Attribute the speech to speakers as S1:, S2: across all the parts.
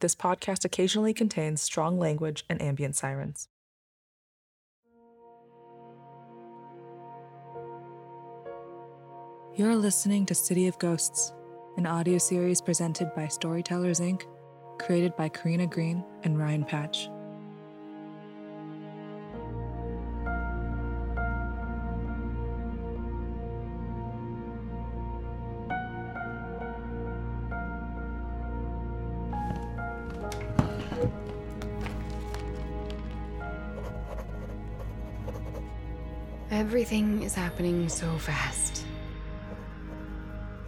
S1: this podcast occasionally contains strong language and ambient sirens. You're listening to City of Ghosts, an audio series presented by Storytellers Inc., created by Karina Green and Ryan Patch.
S2: Everything is happening so fast.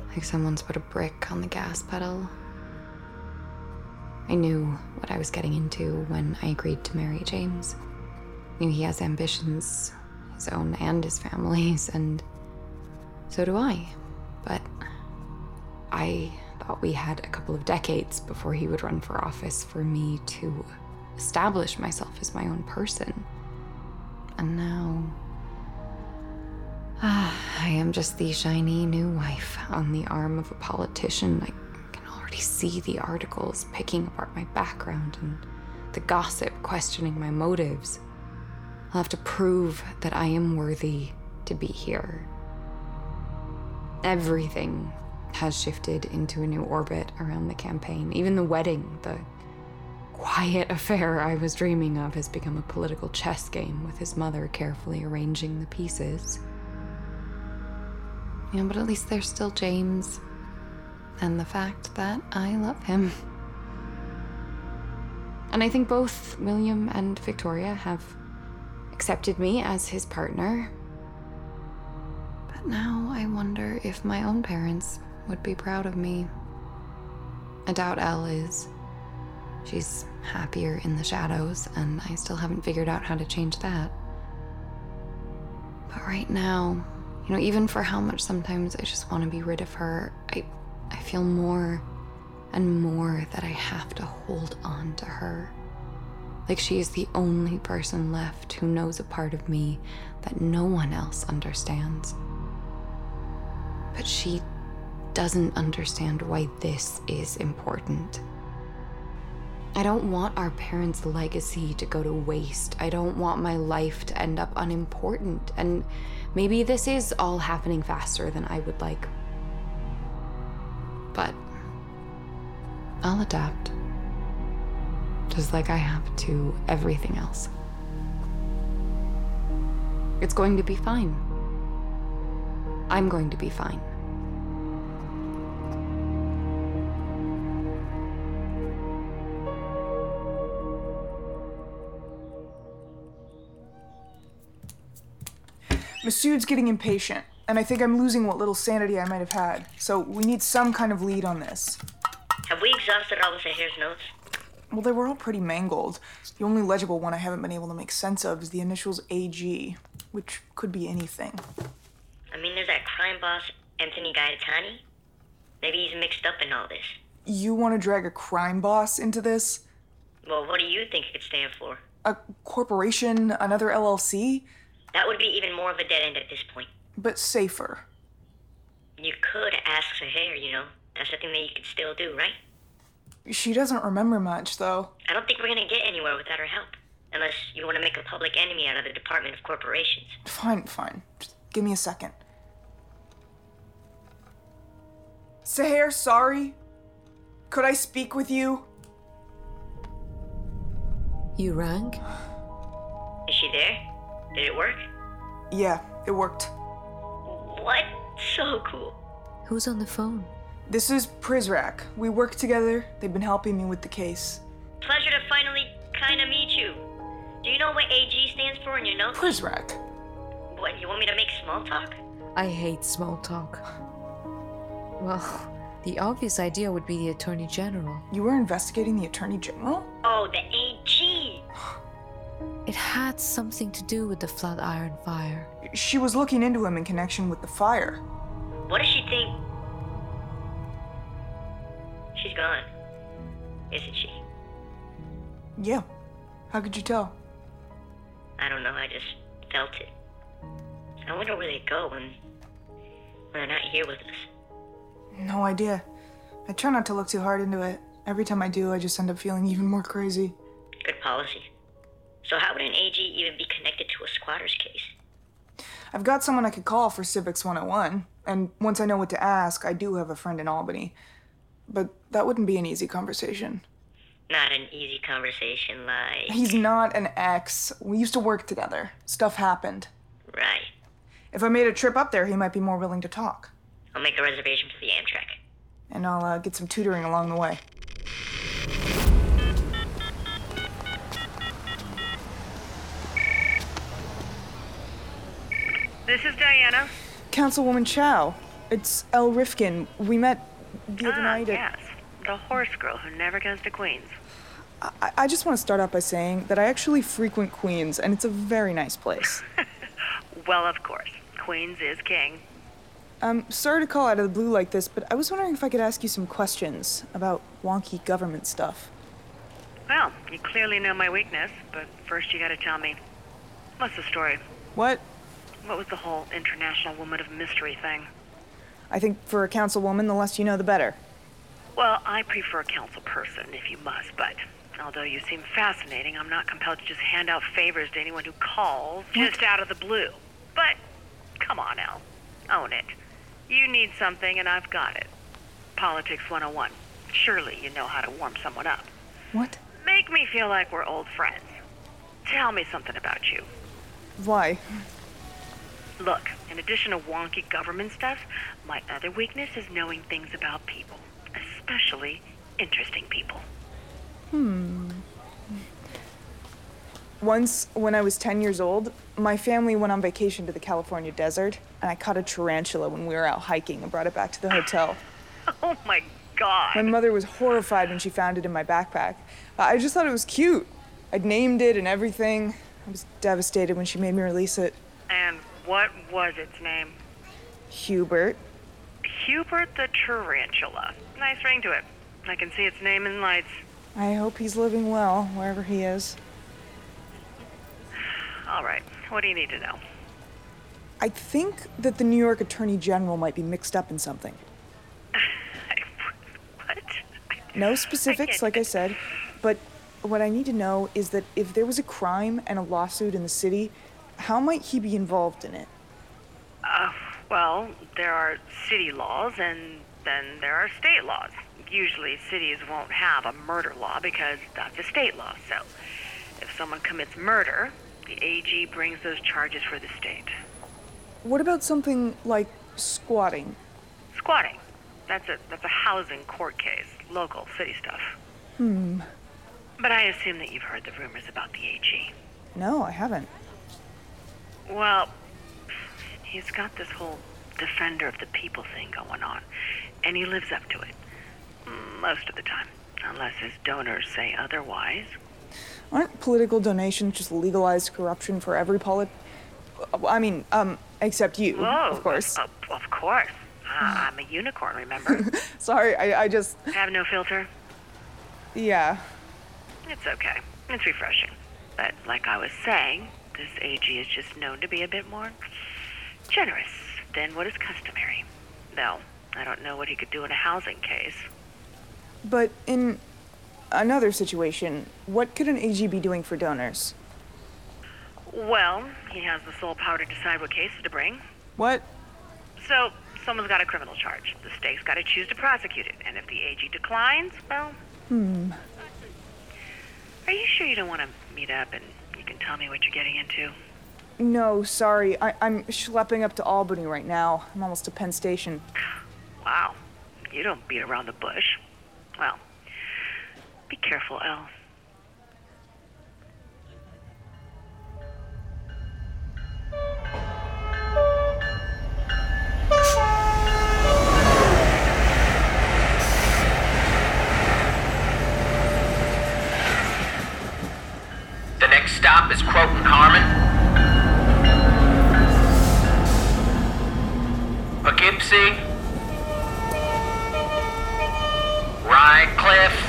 S2: Like someone's put a brick on the gas pedal. I knew what I was getting into when I agreed to marry James. Knew he has ambitions, his own and his family's, and so do I. But I thought we had a couple of decades before he would run for office for me to establish myself as my own person. And now. Ah, I am just the shiny new wife on the arm of a politician. I can already see the articles picking apart my background and the gossip questioning my motives. I'll have to prove that I am worthy to be here. Everything has shifted into a new orbit around the campaign. Even the wedding, the quiet affair I was dreaming of, has become a political chess game with his mother carefully arranging the pieces. Yeah, but at least there's still James. And the fact that I love him. And I think both William and Victoria have accepted me as his partner. But now I wonder if my own parents would be proud of me. I doubt Elle is. She's happier in the shadows, and I still haven't figured out how to change that. But right now, you know, even for how much sometimes I just want to be rid of her, I I feel more and more that I have to hold on to her. Like she is the only person left who knows a part of me that no one else understands. But she doesn't understand why this is important. I don't want our parents' legacy to go to waste. I don't want my life to end up unimportant. And maybe this is all happening faster than I would like. But I'll adapt. Just like I have to everything else. It's going to be fine. I'm going to be fine.
S3: Masood's getting impatient, and I think I'm losing what little sanity I might have had, so we need some kind of lead on this.
S4: Have we exhausted all the Sahir's notes?
S3: Well, they were all pretty mangled. The only legible one I haven't been able to make sense of is the initials AG, which could be anything.
S4: I mean, there's that crime boss, Anthony Gaetani. Maybe he's mixed up in all this.
S3: You want to drag a crime boss into this?
S4: Well, what do you think it could stand for?
S3: A corporation, another LLC?
S4: That would be even more of a dead end at this point.
S3: But safer.
S4: You could ask Sahar, you know. That's something that you could still do, right?
S3: She doesn't remember much, though.
S4: I don't think we're gonna get anywhere without her help. Unless you want to make a public enemy out of the Department of Corporations.
S3: Fine, fine. Just give me a second. Sahar, sorry. Could I speak with you?
S5: You rang?
S4: Is she there? Did it work?
S3: Yeah, it worked.
S4: What? So cool.
S5: Who's on the phone?
S3: This is Prizrak. We work together. They've been helping me with the case.
S4: Pleasure to finally kinda meet you. Do you know what AG stands for in your notes?
S3: Prizrak?
S4: What, you want me to make small talk?
S5: I hate small talk. Well, the obvious idea would be the Attorney General.
S3: You were investigating the Attorney General?
S4: Oh, the AG!
S5: It had something to do with the Flatiron Fire.
S3: She was looking into him in connection with the fire.
S4: What does she think? She's gone. Isn't she?
S3: Yeah. How could you tell?
S4: I don't know, I just felt it. I wonder where they go when, when they're not here with us.
S3: No idea. I try not to look too hard into it. Every time I do, I just end up feeling even more crazy.
S4: Good policy. So how would an AG even be connected to a squatter's case?
S3: I've got someone I could call for Civics 101, and once I know what to ask, I do have a friend in Albany. But that wouldn't be an easy conversation.
S4: Not an easy conversation, like.
S3: He's not an ex. We used to work together. Stuff happened.
S4: Right.
S3: If I made a trip up there, he might be more willing to talk.
S4: I'll make a reservation for the Amtrak.
S3: And I'll uh, get some tutoring along the way.
S6: This is Diana.
S3: Councilwoman Chow, it's El Rifkin. We met the other
S6: Ah,
S3: night. at-
S6: yes. The horse girl who never goes to Queens.
S3: I, I just want to start out by saying that I actually frequent Queens, and it's a very nice place.
S6: Well, of course. Queens is king.
S3: Um, sorry to call out of the blue like this, but I was wondering if I could ask you some questions about wonky government stuff.
S6: Well, you clearly know my weakness, but first you gotta tell me. What's the story?
S3: What?
S6: What was the whole international woman of mystery thing?
S3: I think for a councilwoman, the less you know, the better.
S6: Well, I prefer a council person if you must, but although you seem fascinating, I'm not compelled to just hand out favors to anyone who calls just out of the blue. But come on, El. Own it. You need something, and I've got it. Politics 101. Surely you know how to warm someone up.
S3: What?
S6: Make me feel like we're old friends. Tell me something about you.
S3: Why?
S6: Look, in addition to wonky government stuff, my other weakness is knowing things about people, especially interesting people.
S3: Hmm. Once, when I was 10 years old, my family went on vacation to the California desert, and I caught a tarantula when we were out hiking and brought it back to the hotel.
S6: Oh my
S3: My
S6: god.
S3: mother was horrified when she found it in my backpack. I just thought it was cute. I'd named it and everything. I was devastated when she made me release it.
S6: And what was its name?
S3: Hubert.
S6: Hubert the Tarantula. Nice ring to it. I can see its name in lights.
S3: I hope he's living well, wherever he is.
S6: All right, what do you need to know?
S3: I think that the New York Attorney General might be mixed up in something.
S6: what?
S3: No specifics,
S6: can't-
S3: like I said, but what I need to know is that if there was a crime and a lawsuit in the city, how might he be involved in it?
S6: Uh, well, there are city laws and then there are state laws. Usually, cities won't have a murder law because that's a state law. So, if someone commits murder, the AG brings those charges for the state.
S3: What about something like squatting?
S6: Squatting. That's a that's a housing court case, local city stuff. Hmm. But I assume that you've heard the rumors about the AG.
S3: No, I haven't.
S6: Well, he's got this whole defender of the people thing going on, and he lives up to it Mm, most of the time. Unless his donors say otherwise.
S3: Aren't political donations just legalized corruption for every polit? I mean, um, except you,
S6: Whoa.
S3: of course.
S6: Of, of course. Ah, I'm a unicorn, remember?
S3: Sorry, I, I just,
S6: Have no filter.
S3: yeah.
S6: It's okay. It's refreshing. But like I was saying, this AG is just known to be a bit more generous than what is customary. Though, I don't know what he could do in a housing case.
S3: But in another situation, what could an AG be doing for donors?
S6: Well, he has the sole power to decide what cases to bring.
S3: What?
S6: So, someone's got a criminal charge. The state's got to choose to prosecute it. And if the AG declines, well. Hmm. Are you sure you don't want to meet up and you can tell me what you're getting into?
S3: No, sorry, I, I'm schlepping up to Albany right now. I'm almost to Penn Station.
S6: Wow. You don't beat around the bush. Well, be careful, Elle.
S7: The next stop is Croton Harmon. Poughkeepsie. Rycliffe.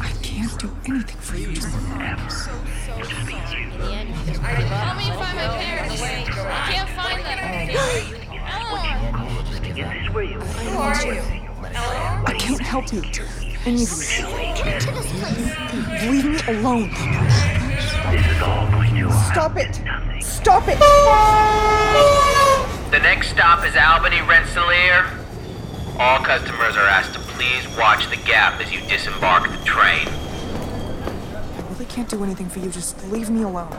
S8: I can't do anything for you. I can't help you do any of this.
S3: Leave me alone. Stop it! Stop it!
S7: The next stop is Albany Rensselaer. All customers are asked to please watch the gap as you disembark the train.
S3: I really can't do anything for you. Just leave me alone.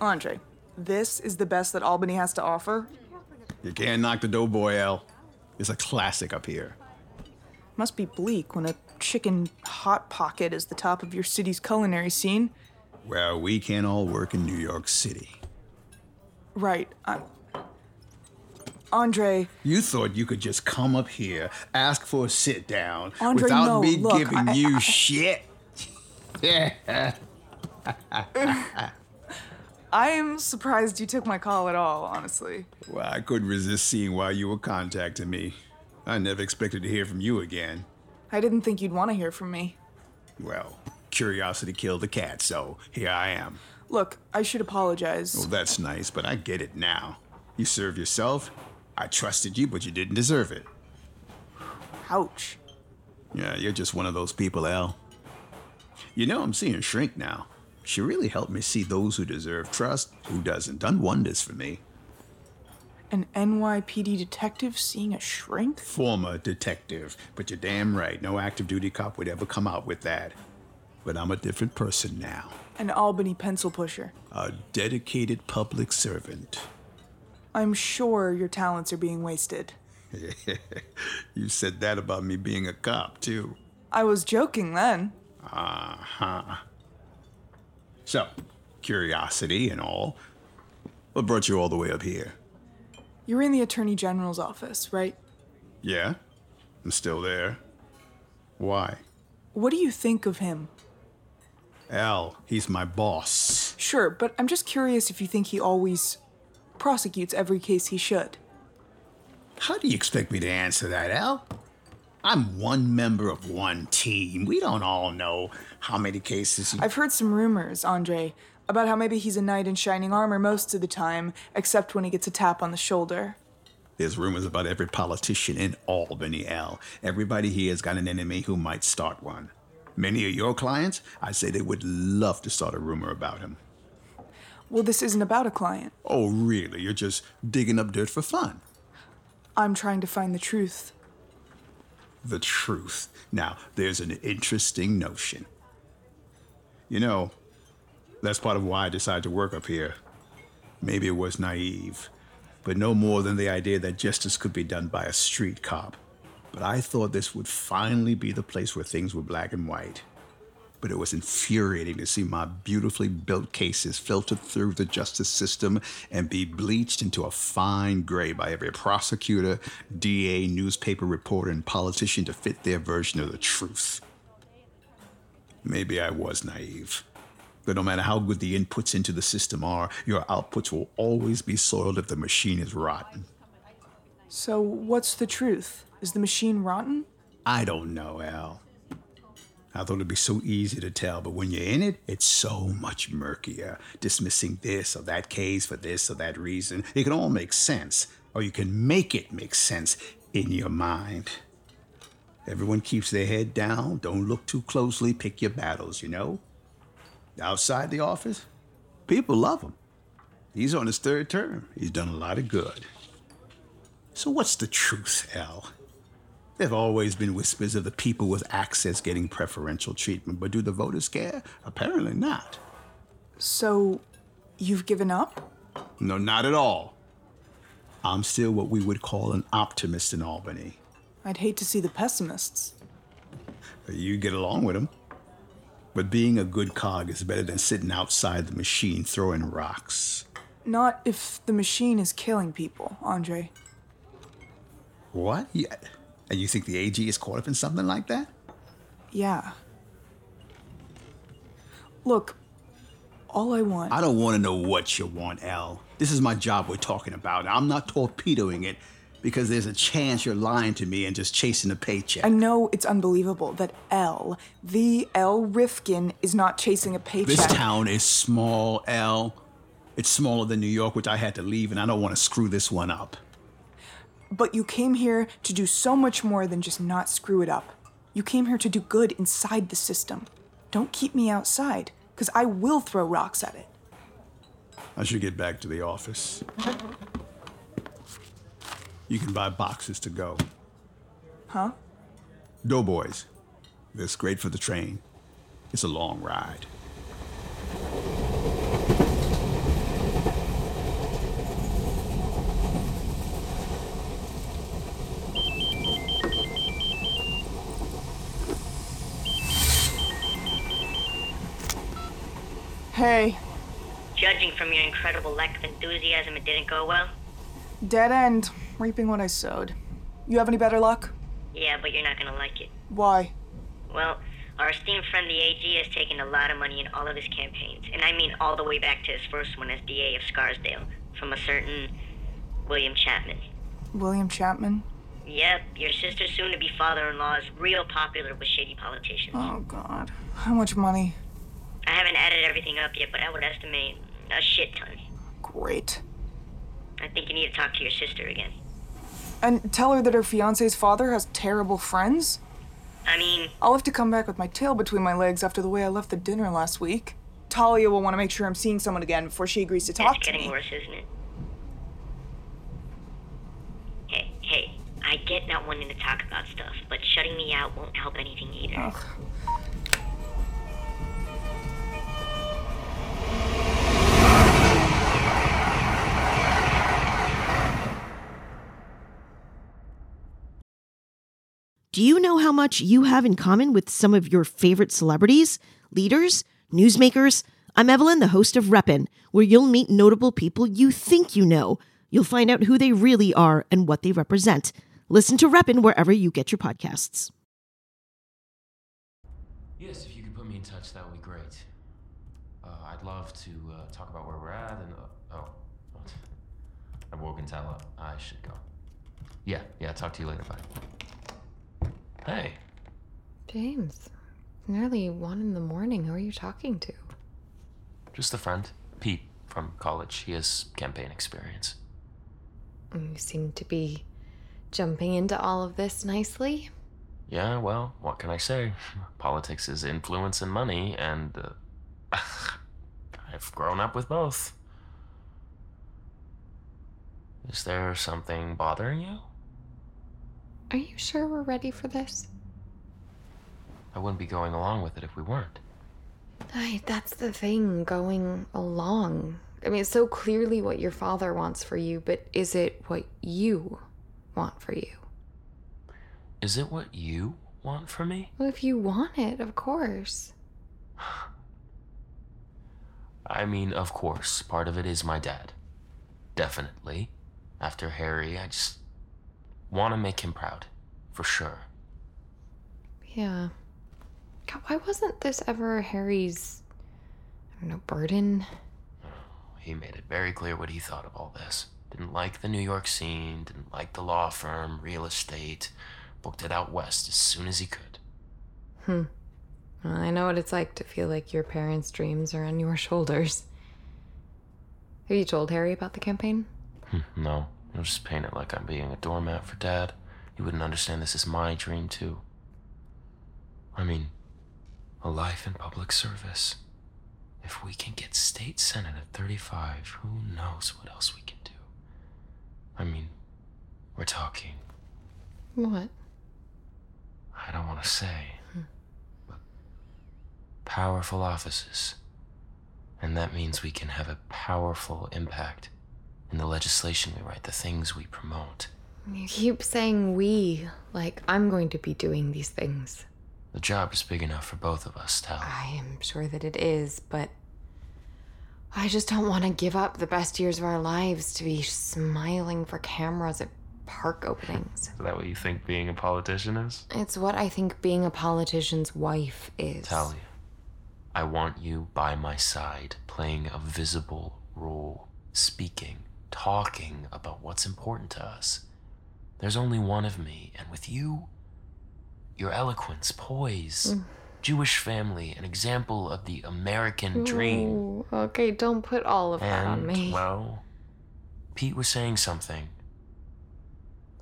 S3: Andre, this is the best that Albany has to offer.
S9: You can't knock the doughboy, L. It's a classic up here.
S3: Must be bleak when a chicken hot pocket is the top of your city's culinary scene.
S9: Well, we can't all work in New York City.
S3: Right. i Andre,
S9: You thought you could just come up here, ask for a sit down
S3: Andre,
S9: without
S3: no,
S9: me
S3: look,
S9: giving
S3: I-
S9: you
S3: I-
S9: shit. yeah.
S3: I am surprised you took my call at all, honestly.
S9: Well, I couldn't resist seeing why you were contacting me. I never expected to hear from you again.
S3: I didn't think you'd want to hear from me.
S9: Well, curiosity killed the cat, so here I am.
S3: Look, I should apologize.
S9: Well, that's nice, but I get it now. You serve yourself. I trusted you, but you didn't deserve it.
S3: Ouch.
S9: Yeah, you're just one of those people, Al. You know, I'm seeing Shrink now. She really helped me see those who deserve trust, who doesn't. Done wonders for me.
S3: An NYPD detective seeing a shrink?
S9: Former detective, but you're damn right, no active duty cop would ever come out with that. But I'm a different person now.
S3: An Albany pencil pusher.
S9: A dedicated public servant.
S3: I'm sure your talents are being wasted.
S9: you said that about me being a cop, too.
S3: I was joking then.
S9: Uh huh. So, curiosity and all. What brought you all the way up here?
S3: You're in the Attorney General's office, right?
S9: Yeah? I'm still there. Why?
S3: What do you think of him?
S9: Al, he's my boss.
S3: Sure, but I'm just curious if you think he always prosecutes every case he should.
S9: How do you expect me to answer that, Al? I'm one member of one team. We don't all know how many cases he.
S3: I've heard some rumors, Andre, about how maybe he's a knight in shining armor most of the time, except when he gets a tap on the shoulder.
S9: There's rumors about every politician in Albany, Al. Everybody here has got an enemy who might start one. Many of your clients, I say they would love to start a rumor about him.
S3: Well, this isn't about a client.
S9: Oh, really? You're just digging up dirt for fun.
S3: I'm trying to find the truth.
S9: the truth. Now, there's an interesting notion. You know, that's part of why I decided to work up here. Maybe it was naive, but no more than the idea that justice could be done by a street cop. But I thought this would finally be the place where things were black and white. But it was infuriating to see my beautifully built cases filtered through the justice system and be bleached into a fine gray by every prosecutor, DA, newspaper reporter, and politician to fit their version of the truth. Maybe I was naive. But no matter how good the inputs into the system are, your outputs will always be soiled if the machine is rotten.
S3: So, what's the truth? Is the machine rotten?
S9: I don't know, Al. I thought it'd be so easy to tell, but when you're in it, it's so much murkier. Dismissing this or that case for this or that reason. It can all make sense, or you can make it make sense in your mind. Everyone keeps their head down, don't look too closely, pick your battles, you know? Outside the office, people love him. He's on his third term, he's done a lot of good. So, what's the truth, Al? There have always been whispers of the people with access getting preferential treatment, but do the voters care? Apparently not.
S3: So, you've given up?
S9: No, not at all. I'm still what we would call an optimist in Albany.
S3: I'd hate to see the pessimists.
S9: You get along with them. But being a good cog is better than sitting outside the machine throwing rocks.
S3: Not if the machine is killing people, Andre.
S9: What? Yeah. And you think the AG is caught up in something like that?
S3: Yeah. Look, all I want.
S9: I don't want to know what you want, Al. This is my job we're talking about. I'm not torpedoing it because there's a chance you're lying to me and just chasing a paycheck.
S3: I know it's unbelievable that L, the L Rifkin, is not chasing a paycheck.
S9: This town is small, L. It's smaller than New York, which I had to leave, and I don't want to screw this one up.
S3: But you came here to do so much more than just not screw it up. You came here to do good inside the system. Don't keep me outside, because I will throw rocks at it.
S9: I should get back to the office. You can buy boxes to go.
S3: Huh?
S9: Doughboys. It's great for the train. It's a long ride.
S3: Hey,
S4: Judging from your incredible lack of enthusiasm, it didn't go well.
S3: dead end, reaping what I sowed. You have any better luck?
S4: Yeah, but you're not gonna like it.
S3: Why?
S4: Well, our esteemed friend the AG has taken a lot of money in all of his campaigns, and I mean all the way back to his first one as DA of Scarsdale, from a certain William Chapman.
S3: William Chapman?
S4: Yep, your sister's soon to be father in law is real popular with shady politicians.
S3: Oh, God. How much money?
S4: I haven't added everything up yet, but I would estimate a shit ton.
S3: Great.
S4: I think you need to talk to your sister again.
S3: And tell her that her fiance's father has terrible friends?
S4: I mean,
S3: I'll have to come back with my tail between my legs after the way I left the dinner last week. Talia will want to make sure I'm seeing someone again before she agrees to talk
S4: it's
S3: to
S4: getting
S3: me.
S4: worse, isn't it? Hey, hey, I get not wanting to talk about stuff, but shutting me out won't help anything either.
S10: Do you know how much you have in common with some of your favorite celebrities, leaders, newsmakers? I'm Evelyn, the host of Reppin', where you'll meet notable people you think you know. You'll find out who they really are and what they represent. Listen to Reppin' wherever you get your podcasts.
S11: Yes, if you could put me in touch, that would be great. Uh, I'd love to uh, talk about where we're at and. Uh, oh. I'm woken Tala. I should go. Yeah, yeah, talk to you later. Bye. Hey.
S2: James, it's nearly one in the morning. Who are you talking to?
S11: Just a friend, Pete from college. He has campaign experience.
S2: You seem to be jumping into all of this nicely.
S11: Yeah, well, what can I say? Politics is influence and money, and uh, I've grown up with both. Is there something bothering you?
S2: Are you sure we're ready for this?
S11: I wouldn't be going along with it if we weren't.
S2: Ay, that's the thing, going along. I mean, it's so clearly what your father wants for you, but is it what you want for you?
S11: Is it what you want from me?
S2: Well, if you want it, of course.
S11: I mean, of course, part of it is my dad. Definitely. After Harry, I just want to make him proud. For sure.
S2: Yeah. God, why wasn't this ever Harry's, I don't know, burden?
S11: He made it very clear what he thought of all this. Didn't like the New York scene, didn't like the law firm, real estate. Booked it out west as soon as he could.
S2: Hmm. Well, I know what it's like to feel like your parents' dreams are on your shoulders. Have you told Harry about the campaign?
S11: Hmm, no, I'll just paint it like I'm being a doormat for dad. He wouldn't understand this is my dream, too. I mean, a life in public service. If we can get state senate at 35, who knows what else we can do? I mean, we're talking.
S2: What?
S11: I don't want to say, but powerful offices. And that means we can have a powerful impact in the legislation we write, the things we promote.
S2: You keep saying we, like I'm going to be doing these things.
S11: The job is big enough for both of us, Tal.
S2: I am sure that it is, but I just don't want to give up the best years of our lives to be smiling for cameras at park openings.
S11: Is that what you think being a politician is?
S2: It's what I think being a politician's wife is.
S11: Talia, I want you by my side, playing a visible role, speaking, talking about what's important to us. There's only one of me, and with you, your eloquence, poise,
S2: Mm.
S11: Jewish family, an example of the American dream.
S2: Ooh, okay, don't put all of that on
S11: And,
S2: me.
S11: well, Pete was saying something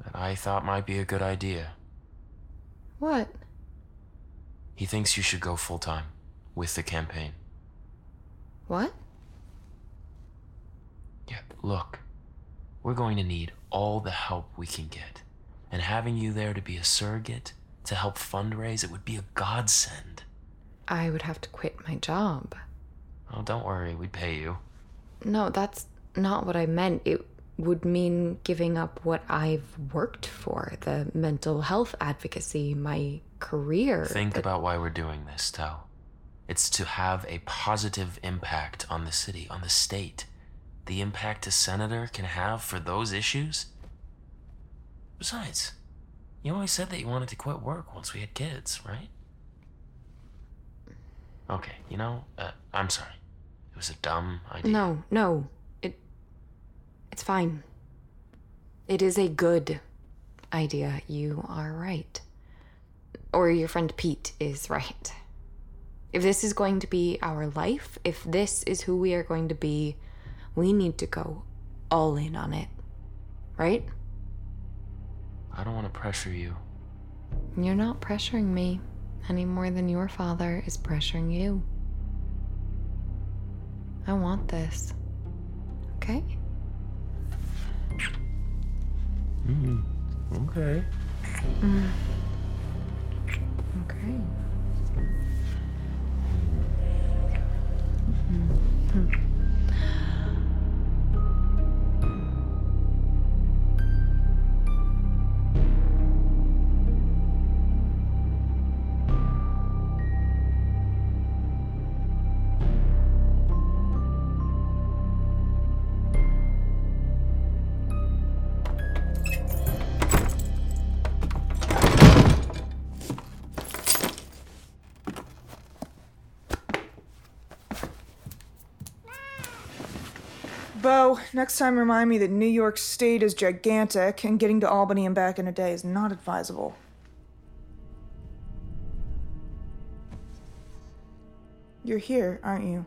S11: that I thought might be a good idea.
S2: What?
S11: He thinks you should go full time with the campaign.
S2: What?
S11: Look, we're going to need all the help we can get. And having you there to be a surrogate, to help fundraise, it would be a godsend.
S2: I would have to quit my job.
S11: Oh, don't worry, we pay you.
S2: No, that's not what I meant. It would mean giving up what I've worked for the mental health advocacy, my career.
S11: Think about why we're doing this, Tal. It's to have a positive impact on the city, on the state. The impact a senator can have for those issues. Besides, you always said that you wanted to quit work once we had kids, right? Okay, you know, uh, I'm sorry. It was a dumb idea.
S2: No, no. It it's fine. It is a good idea. You are right. Or your friend Pete is right. If this is going to be our life, if this is who we are going to be, we need to go all in on it. Right?
S11: I don't want to pressure you.
S2: You're not pressuring me any more than your father is pressuring you. I want this. Okay?
S11: Mm, okay.
S2: Mm. Okay.
S3: Bo, next time remind me that New York State is gigantic and getting to Albany and back in a day is not advisable. You're here, aren't you?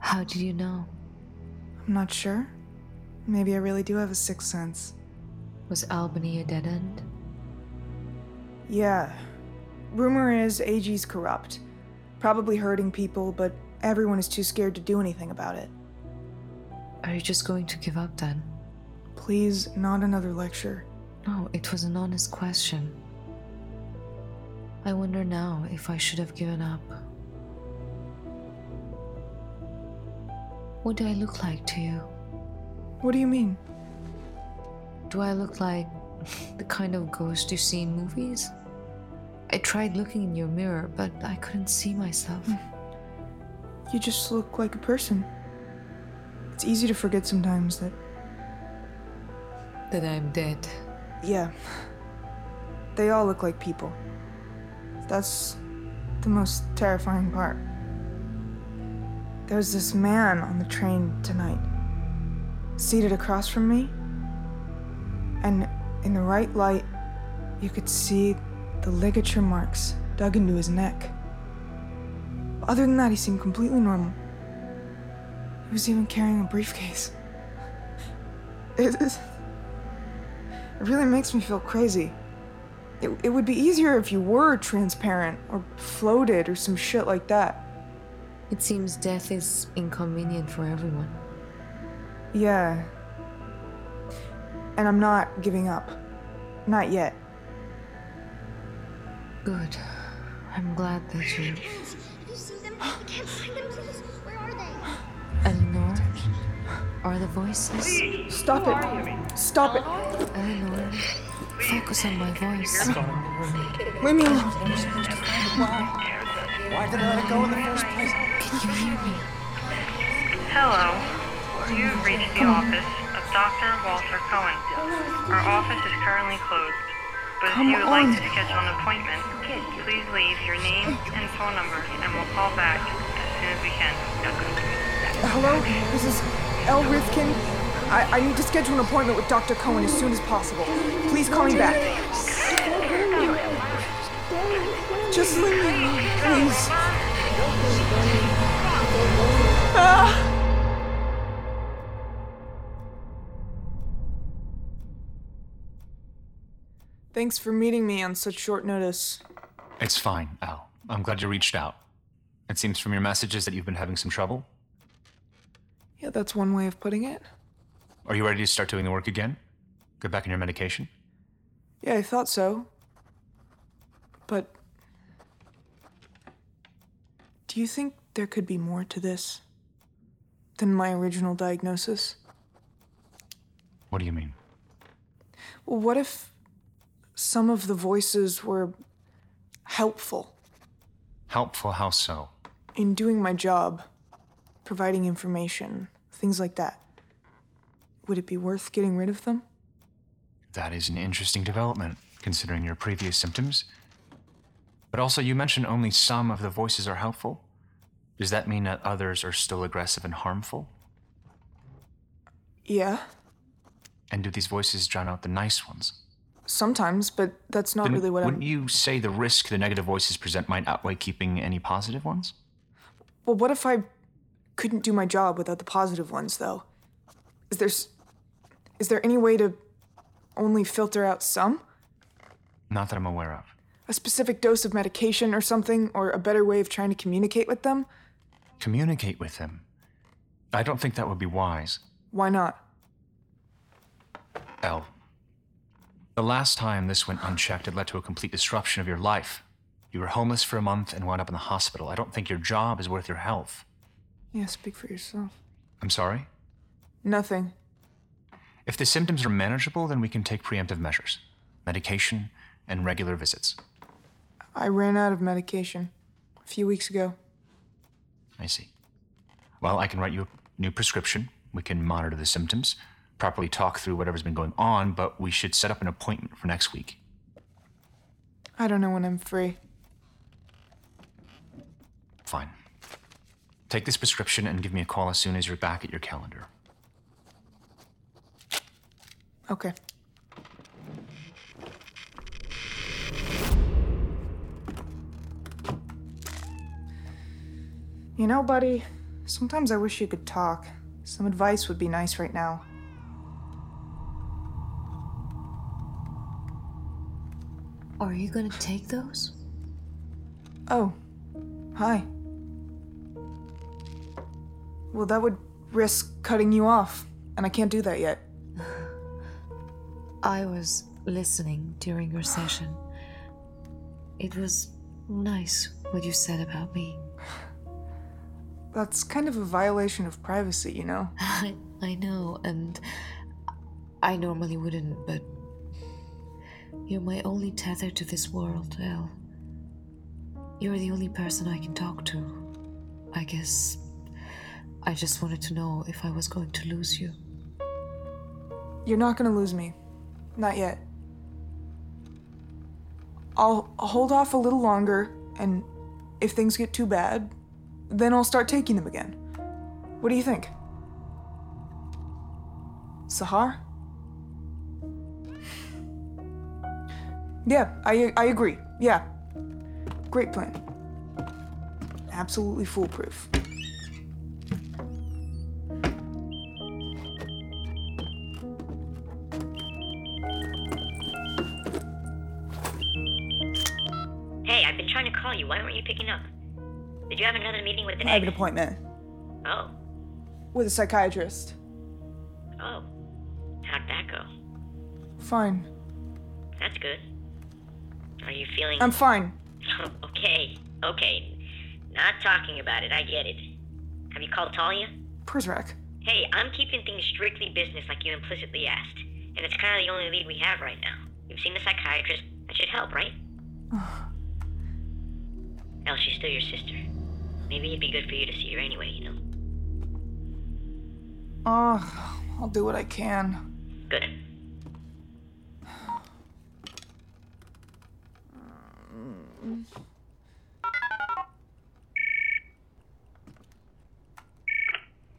S2: How do you know?
S3: I'm not sure. Maybe I really do have a sixth sense.
S5: Was Albany a dead end?
S3: Yeah. Rumor is AG's corrupt. Probably hurting people, but everyone is too scared to do anything about it.
S5: Are you just going to give up then?
S3: Please, not another lecture.
S5: No, it was an honest question. I wonder now if I should have given up. What do I look like to you?
S3: What do you mean?
S5: Do I look like the kind of ghost you see in movies? I tried looking in your mirror, but I couldn't see myself.
S3: Hmm. You just look like a person. It's easy to forget sometimes that.
S5: That I'm dead.
S3: Yeah. They all look like people. That's the most terrifying part. There was this man on the train tonight, seated across from me, and in the right light, you could see the ligature marks dug into his neck. Other than that, he seemed completely normal. He was even carrying a briefcase. It, it really makes me feel crazy. It, it would be easier if you were transparent or floated or some shit like that.
S5: It seems death is inconvenient for everyone.
S3: Yeah. And I'm not giving up. Not yet.
S5: Good. I'm glad that you. Eleanor? Are the voices?
S3: Stop it. Stop it.
S5: Eleanor, focus on my voice.
S3: Leave me alone.
S12: Why did I let it go in the first place?
S5: Can you hear me?
S6: Hello. You've reached the office of Dr. Walter Cohen. Our office is currently closed, but
S3: Come
S6: if you would like
S3: on.
S6: to schedule an appointment, please leave your name and phone number, and we'll call back as soon as we can.
S3: Hello? This is El Rifkin. I, I need to schedule an appointment with Dr. Cohen as soon as possible. Please call me back. Just leave me alone, please. Ah! Thanks for meeting me on such short notice.
S13: It's fine, Al. I'm glad you reached out. It seems from your messages that you've been having some trouble.
S3: Yeah, that's one way of putting it.
S13: Are you ready to start doing the work again? Get back on your medication?
S3: Yeah, I thought so. But. Do you think there could be more to this than my original diagnosis?
S13: What do you mean?
S3: Well, what if some of the voices were helpful
S13: Helpful, how so?
S3: in doing my job, providing information, things like that? Would it be worth getting rid of them?
S13: That is an interesting development, considering your previous symptoms. But also, you mentioned only some of the voices are helpful. Does that mean that others are still aggressive and harmful?
S3: Yeah,
S13: And do these voices drown out the nice ones?
S3: sometimes, but that's not
S13: Then
S3: really what
S13: Wouldn't
S3: I'm.
S13: you say the risk the negative voices present might outweigh keeping any positive ones?
S3: Well, what if I couldn't do my job without the positive ones, though? Is there s- is there any way to only filter out some?
S13: Not that I'm aware of.
S3: A specific dose of medication or something, or a better way of trying to communicate with them?
S13: Communicate with them. I don't think that would be wise.
S3: Why not?
S13: L. The last time this went unchecked, it led to a complete disruption of your life. You were homeless for a month and wound up in the hospital. I don't think your job is worth your health.
S3: Yeah, speak for yourself.
S13: I'm sorry?
S3: Nothing.
S13: If the symptoms are manageable, then we can take preemptive measures medication and regular visits.
S3: I ran out of medication a few weeks ago.
S13: I see. Well, I can write you a new prescription. We can monitor the symptoms, properly talk through whatever's been going on, but we should set up an appointment for next week.
S3: I don't know when I'm free.
S13: Fine. Take this prescription and give me a call as soon as you're back at your calendar.
S3: Okay. You know, buddy, sometimes I wish you could talk. Some advice would be nice right now.
S5: Are you gonna take those?
S3: Oh, hi. Well, that would risk cutting you off, and I can't do that yet.
S5: I was listening during your session. It was nice what you said about me.
S3: That's kind of a violation of privacy, you know?
S5: I, I know, and I normally wouldn't, but you're my only tether to this world, Elle. You're the only person I can talk to. I guess I just wanted to know if I was going to lose you.
S3: You're not gonna lose me. Not yet. I'll I'll hold off a little longer, and if things get too bad, then I'll start taking them again. What do you think? Sahar? Yeah, I, I agree. Yeah. Great plan. Absolutely foolproof.
S4: Hey, I've been trying to call you. Why weren't you picking up? Did you have another meeting with the
S3: I have an
S4: ex?
S3: appointment
S4: Oh,
S3: with a psychiatrist.
S4: oh. How'd that go?
S3: Fine.
S4: That's good. Are you feeling.
S3: I'm fine.
S4: okay, okay. Not talking about it, I get it. Have you called Talia?
S3: Prizrak.
S4: Hey, I'm keeping things strictly business like you implicitly asked, and it's kind of the only lead we have right now. You've seen the psychiatrist. That should help, right? Elle, she's still your sister. Maybe it'd be good for you to see her anyway, you know?
S3: Oh, I'll do what I can.
S4: Good.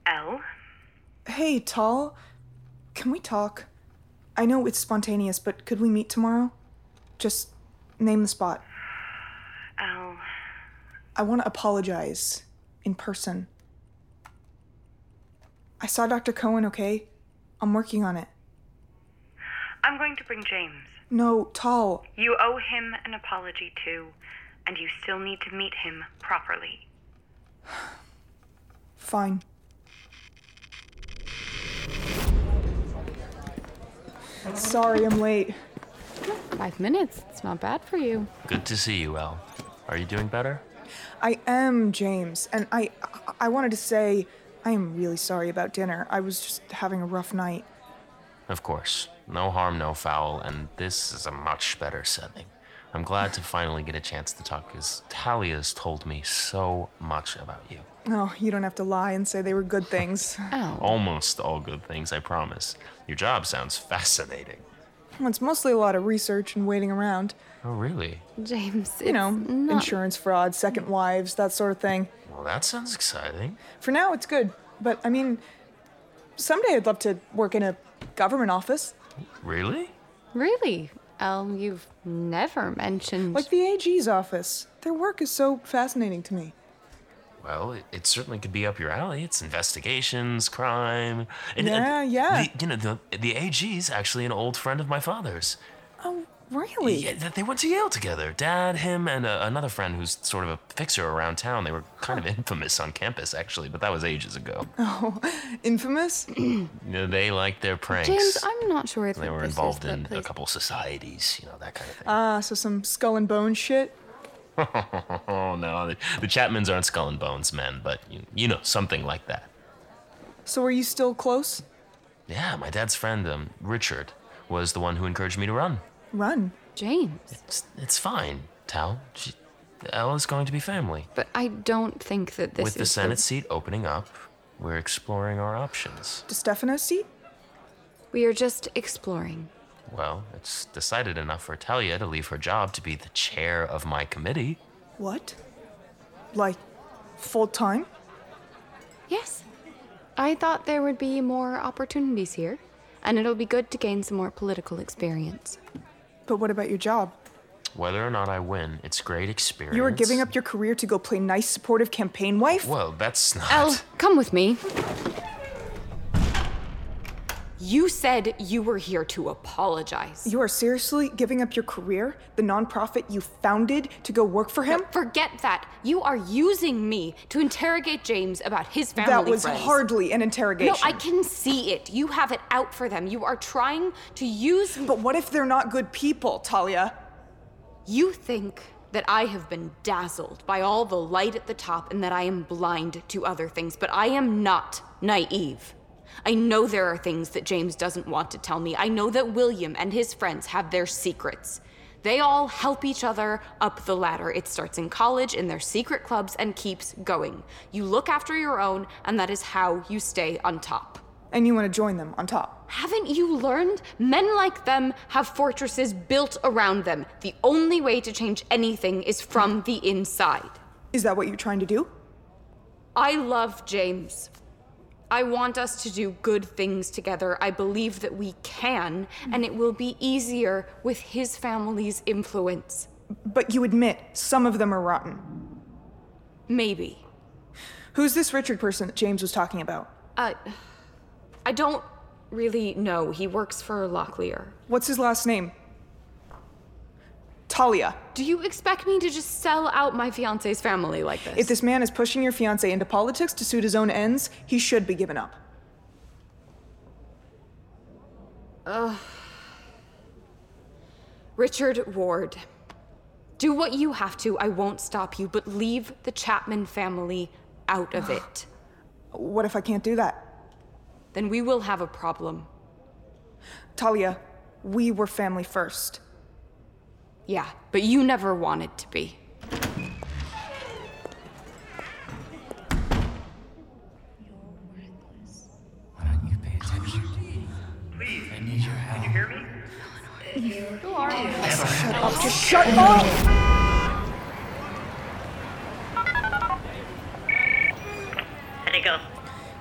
S6: Elle?
S3: Hey, Tal. Can we talk? I know it's spontaneous, but could we meet tomorrow? Just name the spot.
S6: Elle.
S3: I want to apologize in person. I saw Dr. Cohen, okay? I'm working on it.
S6: I'm going to bring James.
S3: No, Tal.
S6: You owe him an apology too, and you still need to meet him properly.
S3: Fine. Sorry I'm late.
S2: Five minutes. It's not bad for you.
S11: Good to see you, Al. Are you doing better?
S3: I am James, and I I wanted to say I am really sorry about dinner. I was just having a rough night.
S11: Of course. No harm, no foul, and this is a much better setting. I'm glad to finally get a chance to talk because Talia's told me so much about you.
S3: No, Oh, you don't have to lie and say they were good things.
S2: Oh.
S11: Almost all good things, I promise. Your job sounds fascinating.
S3: It's mostly a lot of research and waiting around.
S11: Oh, really?
S2: James,
S3: You know,
S2: not-
S3: insurance fraud, second wives, that sort of thing.
S11: Well, that sounds exciting.
S3: For now, it's good. But I mean, someday I'd love to work in a government office.
S11: Really?
S2: Really? Elle, you've never mentioned.
S3: Like the AG's office. Their work is so fascinating to me.
S11: Well, it, it certainly could be up your alley. It's investigations, crime. And,
S3: Yeah,
S11: and
S3: yeah.
S11: The, you know, the, the AG's actually an old friend of my father's.
S3: Oh, really?
S11: Yeah, th- they went to Yale together. Dad, him, and uh, another friend who's sort of a fixer around town. They were kind of infamous on campus, actually, but that was ages ago.
S3: Oh, infamous?
S11: You know, they liked their pranks.
S2: James, I'm not sure if
S11: they were
S2: this is
S11: involved
S2: the
S11: in a
S2: place-
S11: couple societies, you know, that kind of
S3: Ah, so some skull and bone shit?
S11: thing. oh, no. The, the Chapmans aren't skull and bones men, but, you, you know, something like that.
S3: So are you still close?
S11: Yeah, my dad's friend, um, Richard, was the one who encouraged me to run.
S3: Run.
S2: James.
S11: It's, it's fine, Tal. She, Ella's going to be family.
S2: But I don't think that this
S11: With the
S2: is
S11: Senate seat opening up, we're exploring our options.
S3: To Stefano's seat?
S2: We are just exploring.
S11: Well, it's decided enough for Talia to leave her job to be the chair of my committee.
S3: What? Like, full time?
S2: Yes. I thought there would be more opportunities here, and it'll be good to gain some more political experience.
S3: But what about your job?
S11: Whether or not I win, it's great experience.
S3: You are giving up your career to go play nice, supportive campaign wife?
S11: Well, that's not.
S2: Elle, come with me. You said you were here to apologize.
S3: You are seriously giving up your career, the nonprofit you founded, to go work for him?
S14: Forget that. You are using me to interrogate James about his family.
S3: that was
S14: friends.
S3: hardly an interrogation.
S14: No, I can see it. You have it out for them. You are trying to use me.
S3: But what if they're not good people, Talia?
S14: You think that I have been dazzled by all the light at the top and that I am blind to other things, but I am not naive. I know there are things that James doesn't want to tell me. I know that William and his friends have their secrets. They all help each other up the ladder. It starts in college, in their secret clubs, and keeps going. You look after your own, and that is how you stay on top.
S3: And you want to join them on top.
S14: Haven't you learned? Men like them have fortresses built around them. The only way to change anything is from the inside.
S3: Is that what you're trying to do?
S14: I love James. I want us to do good things together. I believe that we can, and it will be easier with his family's influence.
S3: But you admit some of them are rotten.
S14: Maybe.
S3: Who's this Richard person that James was talking about?
S14: Uh, I don't really know. He works for Locklear.
S3: What's his last name? Talia.
S14: Do you expect me to just sell out my fiance's family like this?
S3: If this man is pushing your fiance into politics to suit his own ends, he should be given up.
S14: Ugh. Richard Ward, do what you have to. I won't stop you, but leave the Chapman family out of it.
S3: What if I can't do that?
S14: Then we will have a problem.
S3: Talia, we were family first.
S14: Yeah, but you never wanted to be.
S3: Shut up, just shut up!
S4: How'd it go?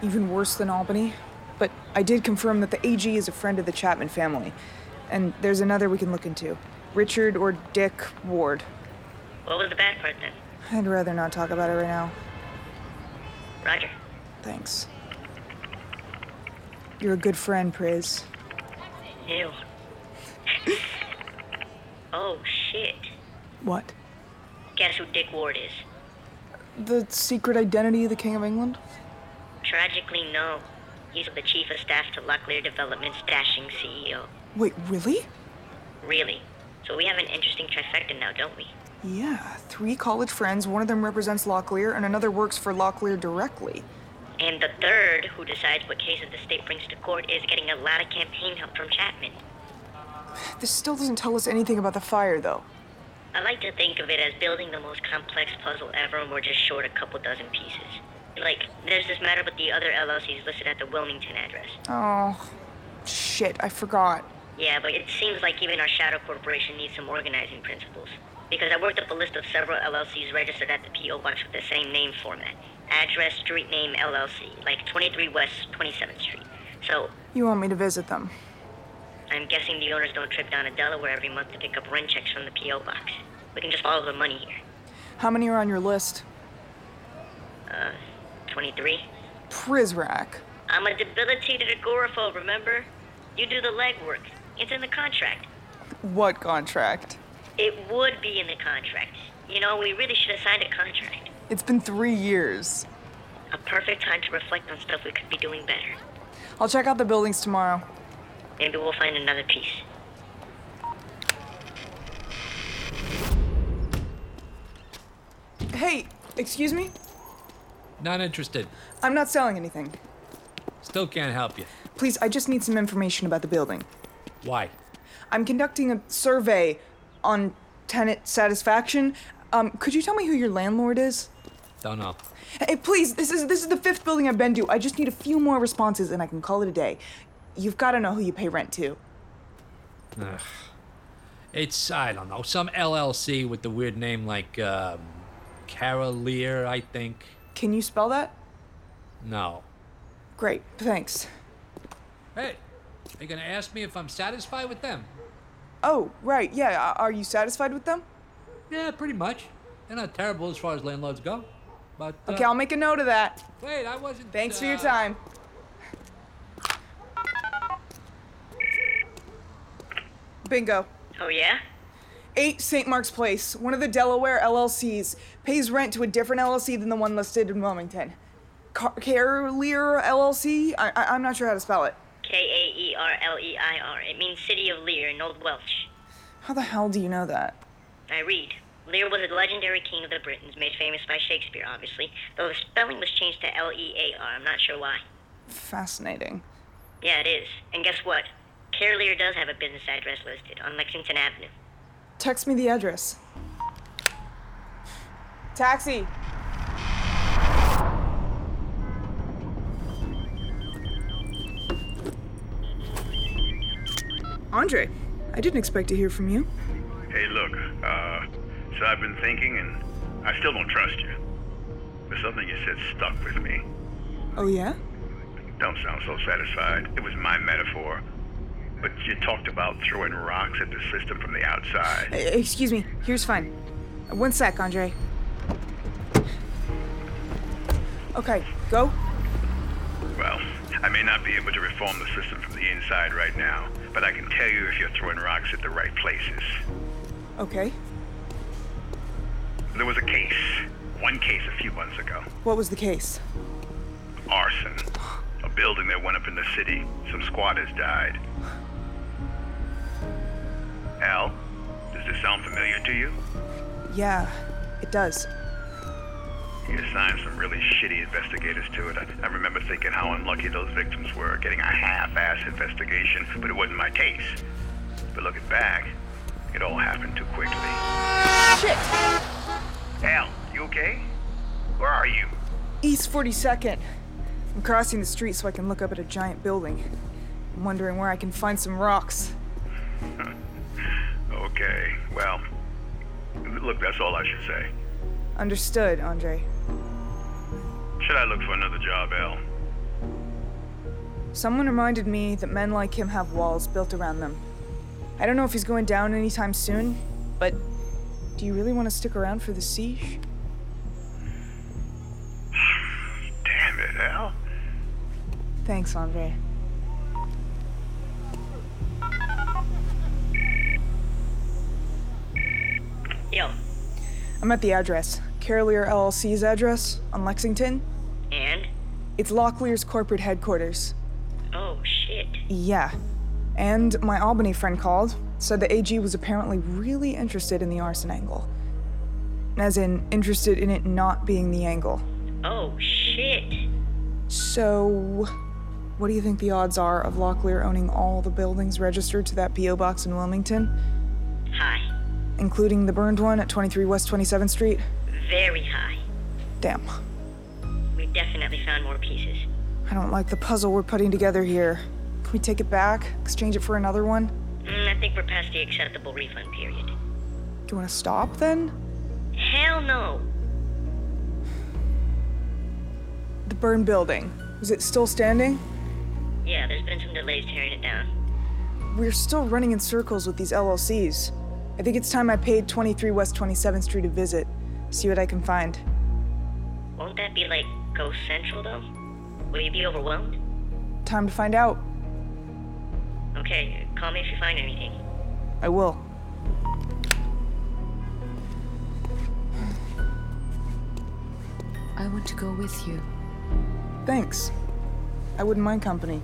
S3: Even worse than Albany. But I did confirm that the AG is a friend of the Chapman family. And there's another we can look into Richard or Dick Ward.
S4: What was the bad part then?
S3: I'd rather not talk about it right now.
S4: Roger.
S3: Thanks. You're a good friend, Praise.
S4: Ew. oh, shit.
S3: What?
S4: Guess who Dick Ward is?
S3: The secret identity of the King of England?
S4: Tragically, no. He's the chief of staff to Locklear Development's dashing CEO.
S3: Wait, really?
S4: Really? So we have an interesting trifecta now, don't we?
S3: Yeah, three college friends, one of them represents Locklear, and another works for Locklear directly.
S4: And the third, who decides what cases the state brings to court, is getting a lot of campaign help from Chapman.
S3: This still doesn't tell us anything about the fire, though.
S4: I like to think of it as building the most complex puzzle ever, and we're just short a couple dozen pieces. Like, there's this matter with the other LLCs listed at the Wilmington address.
S3: Oh, shit, I forgot.
S4: Yeah, but it seems like even our shadow corporation needs some organizing principles. Because I worked up a list of several LLCs registered at the PO box with the same name format address, street name, LLC, like 23 West 27th Street. So
S3: You want me to visit them?
S4: I'm guessing the owners don't trip down to Delaware every month to pick up rent checks from the PO box. We can just follow the money here.
S3: How many are on your list?
S4: Uh, 23.
S3: Prizrak.
S4: I'm a debilitated agoraphobe, remember? You do the legwork. It's in the contract.
S3: What contract?
S4: It would be in the contract. You know, we really should have signed a contract.
S3: It's been three years.
S4: A perfect time to reflect on stuff we could be doing better.
S3: I'll check out the buildings tomorrow.
S4: Maybe we'll find another piece.
S3: Hey, excuse me?
S15: Not interested.
S3: I'm not selling anything.
S15: Still can't help you.
S3: Please, I just need some information about the building.
S15: Why?
S3: I'm conducting a survey on tenant satisfaction. Um, could you tell me who your landlord is?
S15: Don't know.
S3: Hey, please, this is this is the fifth building I've been to. I just need a few more responses and I can call it a day. You've got to know who you pay rent to.
S15: Ugh. It's, I don't know, some LLC with the weird name like, um, Carolier, I think.
S3: Can you spell that?
S15: No.
S3: Great, thanks.
S15: Hey, they gonna ask me if I'm satisfied with them?
S3: Oh, right, yeah. a- Are you satisfied with them?
S15: Yeah, pretty much. They're not terrible as far as landlords go. But, uh,
S3: Okay, I'll make a note of that.
S15: Wait, I wasn't.
S3: Thanks for your
S15: uh,
S3: time. Bingo.
S4: Oh, yeah?
S3: 8 St. Mark's Place, one of the Delaware LLCs, pays rent to a different LLC than the one listed in Wilmington. Car- Carlier LLC? I- I- I'm not sure how to spell it.
S4: K A E R L E I R. It means City of Lear in Old Welsh.
S3: How the hell do you know that?
S4: I read. Lear was a legendary king of the Britons, made famous by Shakespeare, obviously, though the spelling was changed to L E A R. I'm not sure why.
S3: Fascinating.
S4: Yeah, it is. And guess what? Care Lear does have a business address listed on Lexington Avenue.
S3: Text me the address. Taxi! Andre, I didn't expect to hear from you.
S16: Hey, look, uh, so I've been thinking and I still don't trust you. There's something you said stuck with me.
S3: Oh, yeah?
S16: Don't sound so satisfied. It was my metaphor. But you talked about throwing rocks at the system from the outside.
S3: Uh, Excuse me, here's fine. Uh, One sec, Andre. Okay, go.
S16: Well, I may not be able to reform the system from the inside right now, but I can tell you if you're throwing rocks at the right places.
S3: Okay.
S16: There was a case, one case a few months ago
S3: What was the case?
S16: arson. A building that went up in the city. Some squatters died. Al, does this sound familiar to you?
S3: Yeah, it does.
S16: You assigned some really shitty investigators to it. I, I remember thinking how unlucky those victims were, getting a half-ass investigation, but it wasn't my taste. But looking back, it all happened too quickly.
S3: Shit!
S16: Al, you okay? Where are you?
S3: East 42nd. I'm crossing the street so I can look up at a giant building. I'm wondering where I can find some rocks.
S16: Okay, well, look, that's all I should say.
S3: Understood, Andre.
S16: Should I look for another job, Al?
S3: Someone reminded me that men like him have walls built around them. I don't know if he's going down anytime soon, but do you really want to stick around for the siege?
S16: Damn it, Al.
S3: Thanks, Andre.
S4: Yo,
S3: I'm at the address. Carolier LLC's address on Lexington.
S4: and?
S3: It's Locklear's corporate headquarters.
S4: Oh, shit.
S3: Yeah. And my Albany friend called, said the AG was apparently really interested in the arson angle. As in, interested in it not being the angle.
S4: Oh, shit.
S3: So, what do you think the odds are of Locklear owning all the buildings registered to that P.O. box in Wilmington?
S4: High.
S3: Including the burned one at 23 West 27th Street?
S4: Very high.
S3: Damn.
S4: We definitely found more pieces.
S3: I don't like the puzzle we're putting together here. Can we take it back? Exchange it for another one?
S4: Mm, I think we're past the acceptable refund period.
S3: Do you want to stop then?
S4: Hell no.
S3: The burn building. Is it still standing?
S4: Yeah, there's been some delays tearing it down.
S3: We're still running in circles with these LLCs. I think it's time I paid 23 West 27th Street a visit, see what I can find.
S4: Won't that be like Ghost Central, though? Will you be overwhelmed?
S3: Time to find out.
S4: Okay, call me if you find anything.
S3: I will.
S5: I want to go with you.
S3: Thanks. I wouldn't mind company.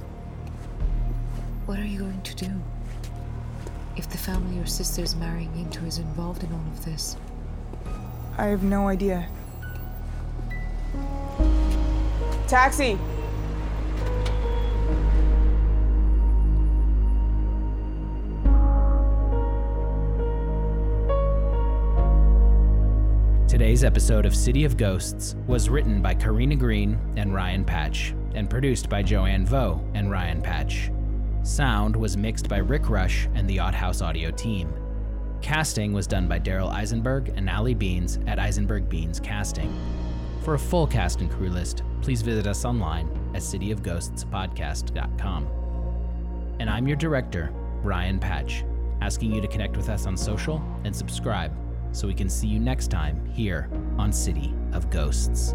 S5: What are you going to do? If the family your sister's marrying into is involved in all of this,
S3: I have no idea. Taxi!
S17: Today's episode of City of Ghosts was written by Karina Green and Ryan Patch and produced by Joanne Vo and Ryan Patch. Sound was mixed by Rick Rush and the Odd House Audio team. Casting was done by Daryl Eisenberg and Ali Beans at Eisenberg Beans Casting. For a full cast and crew list, please visit us online at cityofghostspodcast.com. And I'm your director, Ryan Patch, asking you to connect with us on social and subscribe so we can see you next time here on City of Ghosts.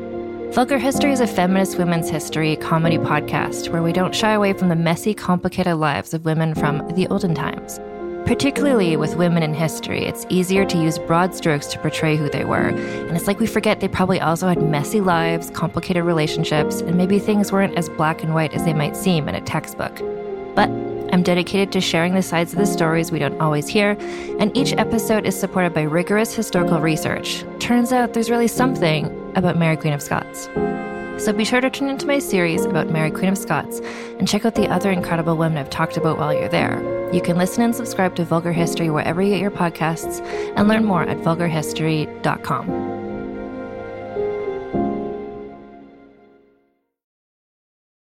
S18: Vulgar History is a feminist women's history comedy podcast where we don't shy away from the messy, complicated lives of women from the olden times. Particularly with women in history, it's easier to use broad strokes to portray who they were, and it's like we forget they probably also had messy lives, complicated relationships, and maybe things weren't as black and white as they might seem in a textbook. But I'm dedicated to sharing the sides of the stories we don't always hear, and each episode is supported by rigorous historical research. Turns out there's really something about Mary Queen of Scots. So be sure to tune into my series about Mary Queen of Scots and check out the other incredible women I've talked about while you're there. You can listen and subscribe to Vulgar History wherever you get your podcasts and learn more at vulgarhistory.com.